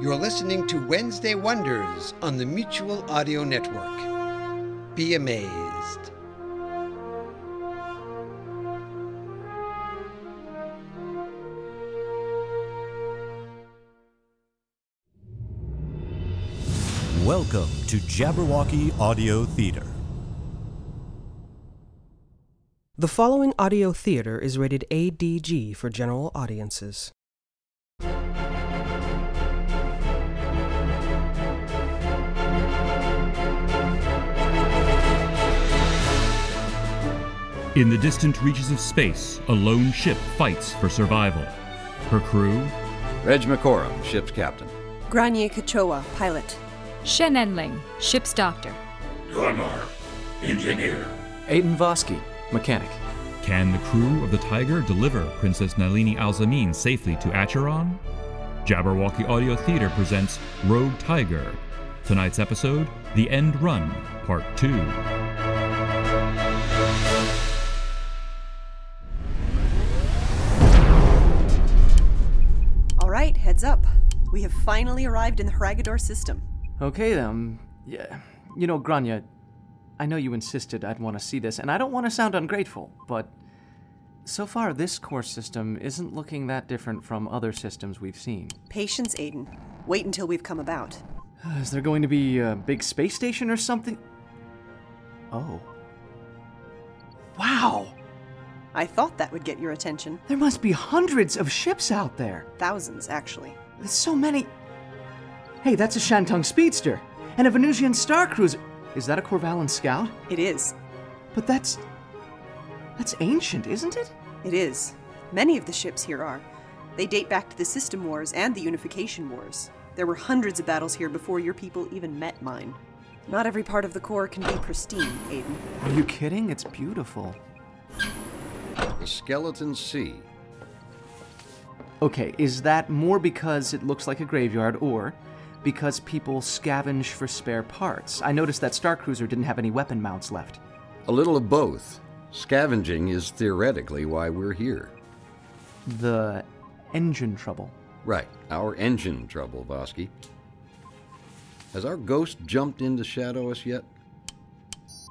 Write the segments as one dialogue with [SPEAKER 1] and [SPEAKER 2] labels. [SPEAKER 1] You're listening to Wednesday Wonders on the Mutual Audio Network. Be amazed.
[SPEAKER 2] Welcome to Jabberwocky Audio Theater.
[SPEAKER 3] The following audio theater is rated ADG for general audiences.
[SPEAKER 4] In the distant reaches of space, a lone ship fights for survival. Her crew,
[SPEAKER 5] Reg McCorum, ship's captain.
[SPEAKER 6] Granye Kachowa, pilot.
[SPEAKER 7] Shen Enling, ship's doctor.
[SPEAKER 8] Dormar, engineer.
[SPEAKER 9] Aiden Vosky, mechanic.
[SPEAKER 4] can the crew of the Tiger deliver Princess Nalini Alzamin safely to Acheron? Jabberwocky Audio Theater presents Rogue Tiger. Tonight's episode, The End Run, Part 2.
[SPEAKER 6] All right, heads up. We have finally arrived in the Haragador system.
[SPEAKER 9] Okay, um, yeah. You know, Grania, I know you insisted I'd want to see this, and I don't want to sound ungrateful, but so far this course system isn't looking that different from other systems we've seen.
[SPEAKER 6] Patience, Aiden. Wait until we've come about.
[SPEAKER 9] Is there going to be a big space station or something? Oh. Wow!
[SPEAKER 6] I thought that would get your attention.
[SPEAKER 9] There must be hundreds of ships out there!
[SPEAKER 6] Thousands, actually.
[SPEAKER 9] There's so many. Hey, that's a Shantung Speedster and a Venusian Star Cruiser. Is that a Corvallan Scout?
[SPEAKER 6] It is.
[SPEAKER 9] But that's. That's ancient, isn't it?
[SPEAKER 6] It is. Many of the ships here are. They date back to the System Wars and the Unification Wars. There were hundreds of battles here before your people even met mine. Not every part of the core can be pristine, Aiden.
[SPEAKER 9] Are you kidding? It's beautiful.
[SPEAKER 5] The Skeleton Sea.
[SPEAKER 9] Okay, is that more because it looks like a graveyard or because people scavenge for spare parts? I noticed that Star Cruiser didn't have any weapon mounts left.
[SPEAKER 5] A little of both. Scavenging is theoretically why we're here.
[SPEAKER 9] The engine trouble.
[SPEAKER 5] Right, our engine trouble, Vosky. Has our ghost jumped in to shadow us yet?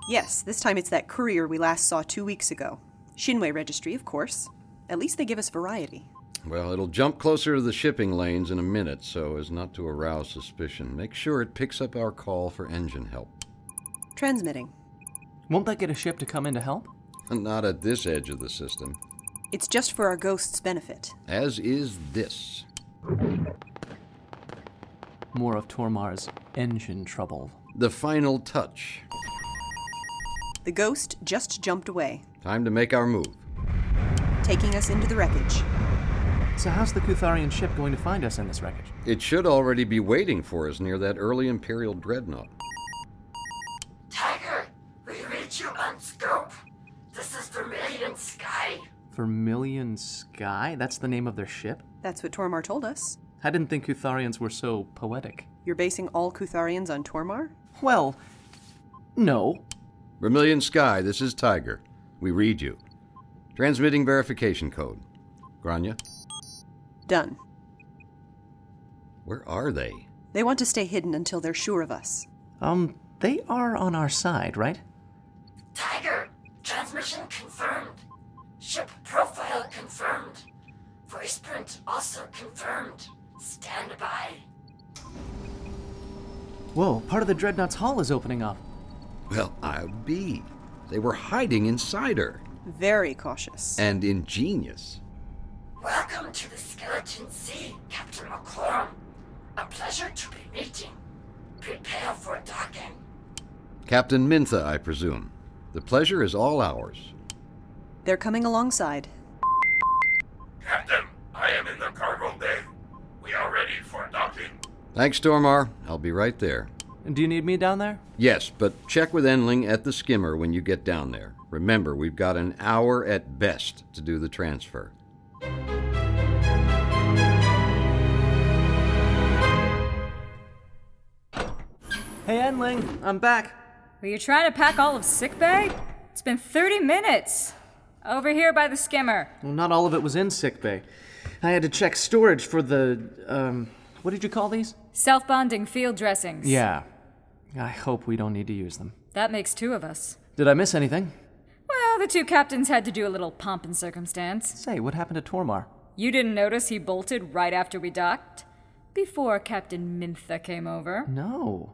[SPEAKER 6] Yes, this time it's that courier we last saw two weeks ago. Shinwei Registry, of course. At least they give us variety.
[SPEAKER 5] Well, it'll jump closer to the shipping lanes in a minute so as not to arouse suspicion. Make sure it picks up our call for engine help.
[SPEAKER 6] Transmitting.
[SPEAKER 9] Won't that get a ship to come in to help?
[SPEAKER 5] Not at this edge of the system,
[SPEAKER 6] It's just for our ghost's benefit.
[SPEAKER 5] as is this.
[SPEAKER 9] More of Tormar's engine trouble.
[SPEAKER 5] The final touch.
[SPEAKER 6] The ghost just jumped away,
[SPEAKER 5] Time to make our move.
[SPEAKER 6] taking us into the wreckage.
[SPEAKER 9] So, how's the Kutharian ship going to find us in this wreckage?
[SPEAKER 5] It should already be waiting for us near that early Imperial dreadnought.
[SPEAKER 8] Tiger, we reach you on scope. This is Vermilion Sky.
[SPEAKER 9] Vermilion Sky? That's the name of their ship?
[SPEAKER 6] That's what Tormar told us.
[SPEAKER 9] I didn't think Kutharians were so poetic.
[SPEAKER 6] You're basing all Kutharians on Tormar?
[SPEAKER 9] Well, no.
[SPEAKER 5] Vermilion Sky, this is Tiger. We read you. Transmitting verification code. Grania,
[SPEAKER 6] Done.
[SPEAKER 5] where are they?
[SPEAKER 6] They want to stay hidden until they're sure of us.
[SPEAKER 9] Um, they are on our side, right?
[SPEAKER 8] Tiger, transmission confirmed. Ship profile confirmed. Voice print also confirmed. Stand by.
[SPEAKER 9] Whoa, part of the Dreadnought's hull is opening up.
[SPEAKER 5] Well, I'll be. They were hiding inside her.
[SPEAKER 6] Very cautious.
[SPEAKER 5] And ingenious.
[SPEAKER 8] Welcome to the Skeleton Sea, Captain McClorum. A pleasure to be meeting. Prepare for docking.
[SPEAKER 5] Captain Mintha, I presume. The pleasure is all ours.
[SPEAKER 6] They're coming alongside.
[SPEAKER 8] Captain, I am in the cargo bay. We are ready
[SPEAKER 5] Thanks, Dormar. I'll be right there.
[SPEAKER 9] Do you need me down there?
[SPEAKER 5] Yes, but check with Enling at the skimmer when you get down there. Remember, we've got an hour at best to do the transfer.
[SPEAKER 9] Hey, Enling, I'm back.
[SPEAKER 7] Were you trying to pack all of sick bay? It's been 30 minutes. Over here by the skimmer.
[SPEAKER 9] Well, not all of it was in sick bay. I had to check storage for the um, what did you call these?
[SPEAKER 7] Self bonding field dressings.
[SPEAKER 9] Yeah. I hope we don't need to use them.
[SPEAKER 7] That makes two of us.
[SPEAKER 9] Did I miss anything?
[SPEAKER 7] Well, the two captains had to do a little pomp and circumstance.
[SPEAKER 9] Say, what happened to Tormar?
[SPEAKER 7] You didn't notice he bolted right after we docked? Before Captain Mintha came over.
[SPEAKER 9] No.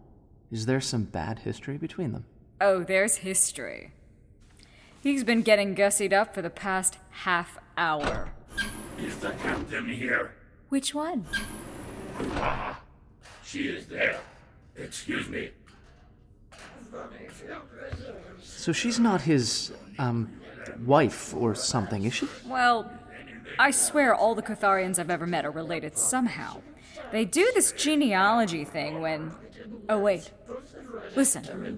[SPEAKER 9] Is there some bad history between them?
[SPEAKER 7] Oh, there's history. He's been getting gussied up for the past half hour.
[SPEAKER 8] Is the captain here?
[SPEAKER 7] Which one?
[SPEAKER 8] Ah, she is there. Excuse me. Let me feel this.
[SPEAKER 9] So she's not his um wife or something, is she?
[SPEAKER 7] Well, I swear all the Catharians I've ever met are related somehow. They do this genealogy thing when. Oh, wait. Listen.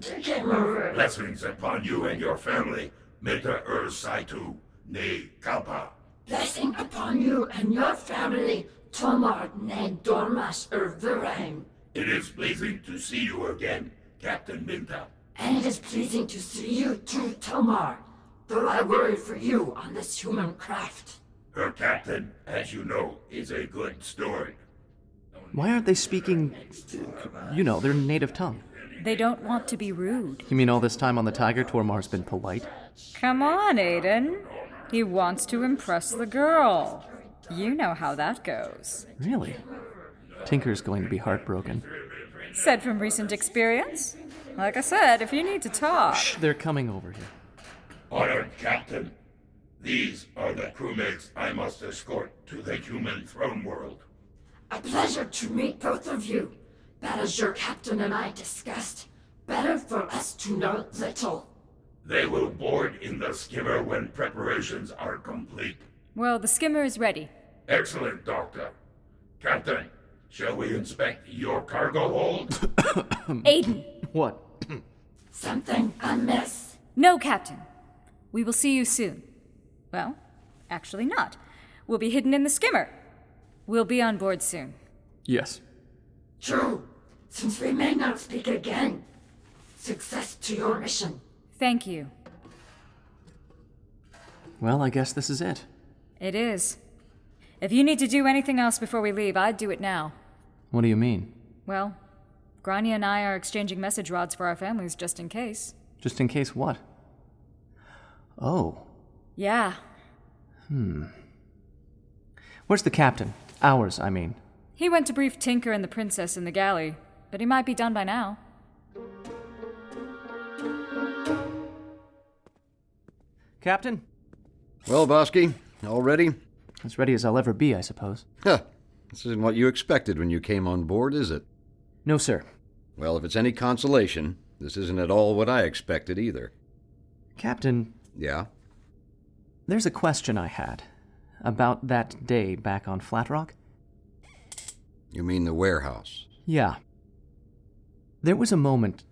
[SPEAKER 8] Blessings upon you and your family. Mita Ur Saitu, Ne Kalpa.
[SPEAKER 10] Blessing upon you and your family, Tomar ne dormas erviraim.
[SPEAKER 8] It is pleasing to see you again, Captain Minta.
[SPEAKER 10] And it is pleasing to see you too, Tomar, though I worry for you on this human craft.
[SPEAKER 8] Her captain, as you know, is a good steward.
[SPEAKER 9] Why aren't they speaking, uh, you know, their native tongue?
[SPEAKER 7] They don't want to be rude.
[SPEAKER 9] You mean all this time on the Tiger, Tormar's been polite?
[SPEAKER 7] Come on, Aiden. He wants to impress the girl. You know how that goes.
[SPEAKER 9] Really? Tinker's going to be heartbroken.
[SPEAKER 7] Said from recent experience. Like I said, if you need to talk.
[SPEAKER 9] Shh, they're coming over here.
[SPEAKER 8] Honored Captain, these are the crewmates I must escort to the human throne world.
[SPEAKER 10] A pleasure to meet both of you. But as your captain and I discussed, better for us to know little.
[SPEAKER 8] They will board in the skimmer when preparations are complete.
[SPEAKER 7] Well, the skimmer is ready.
[SPEAKER 8] Excellent, Doctor. Captain, shall we inspect your cargo hold?
[SPEAKER 7] Aiden!
[SPEAKER 9] What?
[SPEAKER 10] Something amiss.
[SPEAKER 7] No, Captain. We will see you soon. Well, actually not. We'll be hidden in the skimmer. We'll be on board soon.
[SPEAKER 9] Yes.
[SPEAKER 10] True, since we may not speak again. Success to your mission.
[SPEAKER 7] Thank you.
[SPEAKER 9] Well, I guess this is it.
[SPEAKER 7] It is. If you need to do anything else before we leave, I'd do it now.
[SPEAKER 9] What do you mean?
[SPEAKER 7] Well, Grania and I are exchanging message rods for our families just in case.
[SPEAKER 9] Just in case what? Oh.
[SPEAKER 7] Yeah.
[SPEAKER 9] Hmm. Where's the captain? Ours, I mean.
[SPEAKER 7] He went to brief Tinker and the princess in the galley, but he might be done by now.
[SPEAKER 9] Captain?
[SPEAKER 5] Well, Bosky, all ready?
[SPEAKER 9] As ready as I'll ever be, I suppose.
[SPEAKER 5] Huh. This isn't what you expected when you came on board, is it?
[SPEAKER 9] No, sir.
[SPEAKER 5] Well, if it's any consolation, this isn't at all what I expected either.
[SPEAKER 9] Captain,
[SPEAKER 5] Yeah?
[SPEAKER 9] there's a question I had about that day back on Flat Rock.
[SPEAKER 5] You mean the warehouse?
[SPEAKER 9] Yeah. There was a moment.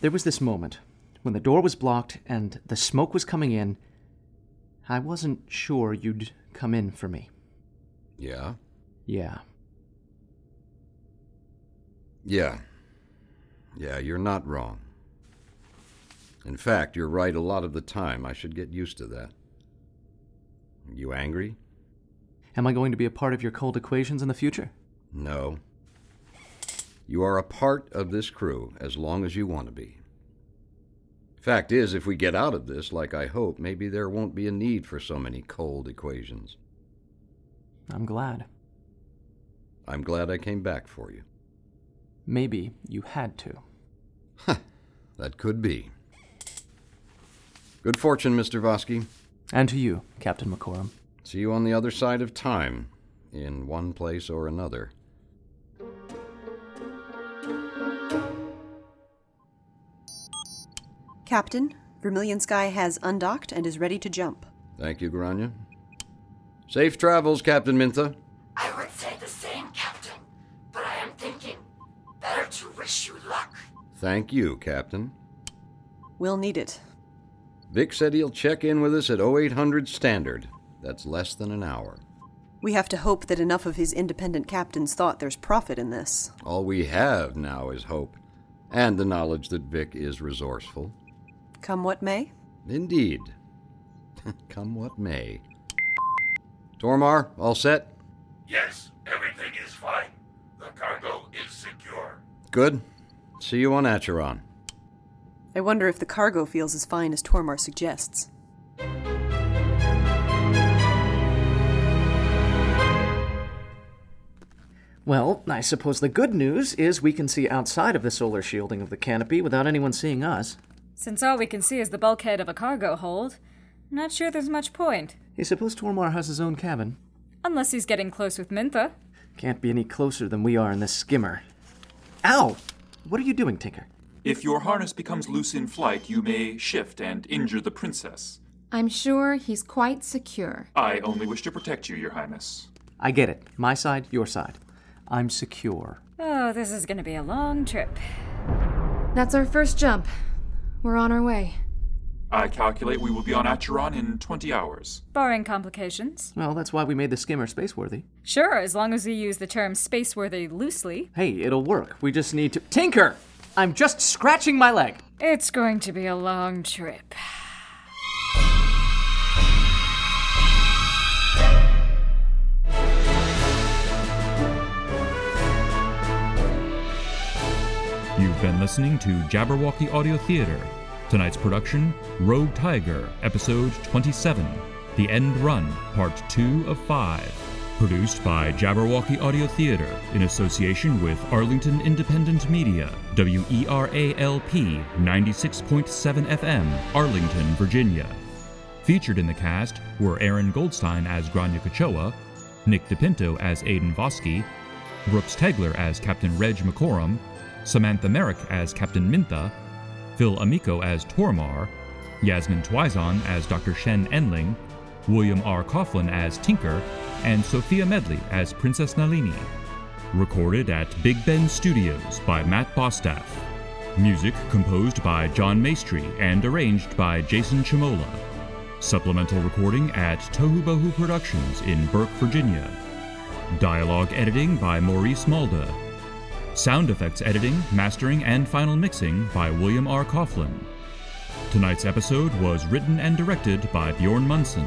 [SPEAKER 9] There was this moment when the door was blocked and the smoke was coming in. I wasn't sure you'd come in for me.
[SPEAKER 5] Yeah?
[SPEAKER 9] Yeah.
[SPEAKER 5] Yeah. Yeah, you're not wrong. In fact, you're right a lot of the time. I should get used to that. You angry?
[SPEAKER 9] Am I going to be a part of your cold equations in the future?
[SPEAKER 5] No. You are a part of this crew as long as you want to be. Fact is, if we get out of this, like I hope, maybe there won't be a need for so many cold equations.
[SPEAKER 9] I'm glad.
[SPEAKER 5] I'm glad I came back for you.
[SPEAKER 9] Maybe you had to.
[SPEAKER 5] That could be. Good fortune, Mr. Vosky.
[SPEAKER 9] And to you, Captain McCorum.
[SPEAKER 5] See you on the other side of time, in one place or another.
[SPEAKER 6] Captain, Vermilion Sky has undocked and is ready to jump.
[SPEAKER 5] Thank you, Grania. Safe travels, Captain Mintha.
[SPEAKER 10] I would say the same, Captain.
[SPEAKER 5] Thank you, Captain.
[SPEAKER 6] We'll need it.
[SPEAKER 5] Vic said he'll check in with us at 0800 standard. That's less than an hour.
[SPEAKER 6] We have to hope that enough of his independent captains thought there's profit in this.
[SPEAKER 5] All we have now is hope, and the knowledge that Vic is resourceful.
[SPEAKER 6] Come what may?
[SPEAKER 5] Indeed. Come what may. Tormar, all set?
[SPEAKER 11] Yes, everything is fine. The cargo is secure.
[SPEAKER 5] Good. See you on Acheron.
[SPEAKER 6] I wonder if the cargo feels as fine as Tormar suggests.
[SPEAKER 9] Well, I suppose the good news is we can see outside of the solar shielding of the canopy without anyone seeing us.
[SPEAKER 7] Since all we can see is the bulkhead of a cargo hold, not sure there's much point.
[SPEAKER 9] Hey, suppose Tormar has his own cabin.
[SPEAKER 7] Unless he's getting close with Mintha.
[SPEAKER 9] Can't be any closer than we are in this skimmer. Ow! What are you doing, Tinker?
[SPEAKER 12] If your harness becomes loose in flight, you may shift and injure the princess.
[SPEAKER 13] I'm sure he's quite secure.
[SPEAKER 12] I only wish to protect you, Your Highness.
[SPEAKER 9] I get it. My side, your side. I'm secure.
[SPEAKER 7] Oh, this is gonna be a long trip.
[SPEAKER 13] That's our first jump. We're on our way.
[SPEAKER 12] I calculate we will be on Acheron in 20 hours.
[SPEAKER 7] Barring complications.
[SPEAKER 9] Well, that's why we made the skimmer spaceworthy.
[SPEAKER 7] Sure, as long as we use the term spaceworthy loosely.
[SPEAKER 9] Hey, it'll work. We just need to. Tinker! I'm just scratching my leg.
[SPEAKER 7] It's going to be a long trip.
[SPEAKER 4] You've been listening to Jabberwocky Audio Theater. Tonight's production Rogue Tiger, Episode 27 The End Run, Part 2 of 5. Produced by Jabberwocky Audio Theater in association with Arlington Independent Media, E WERALP 96.7 FM, Arlington, Virginia. Featured in the cast were Aaron Goldstein as Grania Kachoa, Nick DePinto as Aidan Vosky, Brooks Tegler as Captain Reg McCorum, Samantha Merrick as Captain Mintha, Phil Amico as Tormar, Yasmin Twizon as Dr. Shen Enling, William R. Coughlin as Tinker, and Sophia Medley as Princess Nalini. Recorded at Big Ben Studios by Matt Bostaff. Music composed by John Maestri and arranged by Jason Chimola. Supplemental recording at Tohu Bohu Productions in Burke, Virginia. Dialogue editing by Maurice Malda. Sound effects editing, mastering, and final mixing by William R. Coughlin. Tonight's episode was written and directed by Bjorn Munson.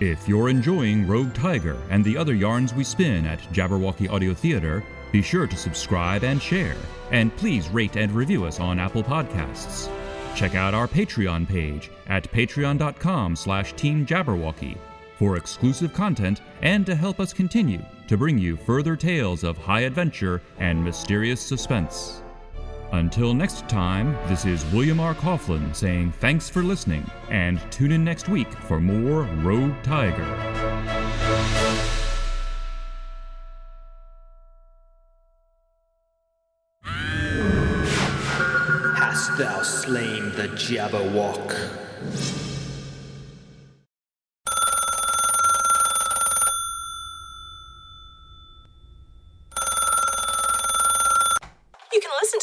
[SPEAKER 4] If you're enjoying Rogue Tiger and the other yarns we spin at Jabberwocky Audio Theater, be sure to subscribe and share, and please rate and review us on Apple Podcasts. Check out our Patreon page at patreon.com slash teamjabberwocky for exclusive content and to help us continue to bring you further tales of high adventure and mysterious suspense. Until next time, this is William R. Coughlin saying thanks for listening and tune in next week for more Road Tiger.
[SPEAKER 14] Hast thou slain the Jabberwock?
[SPEAKER 15] You can listen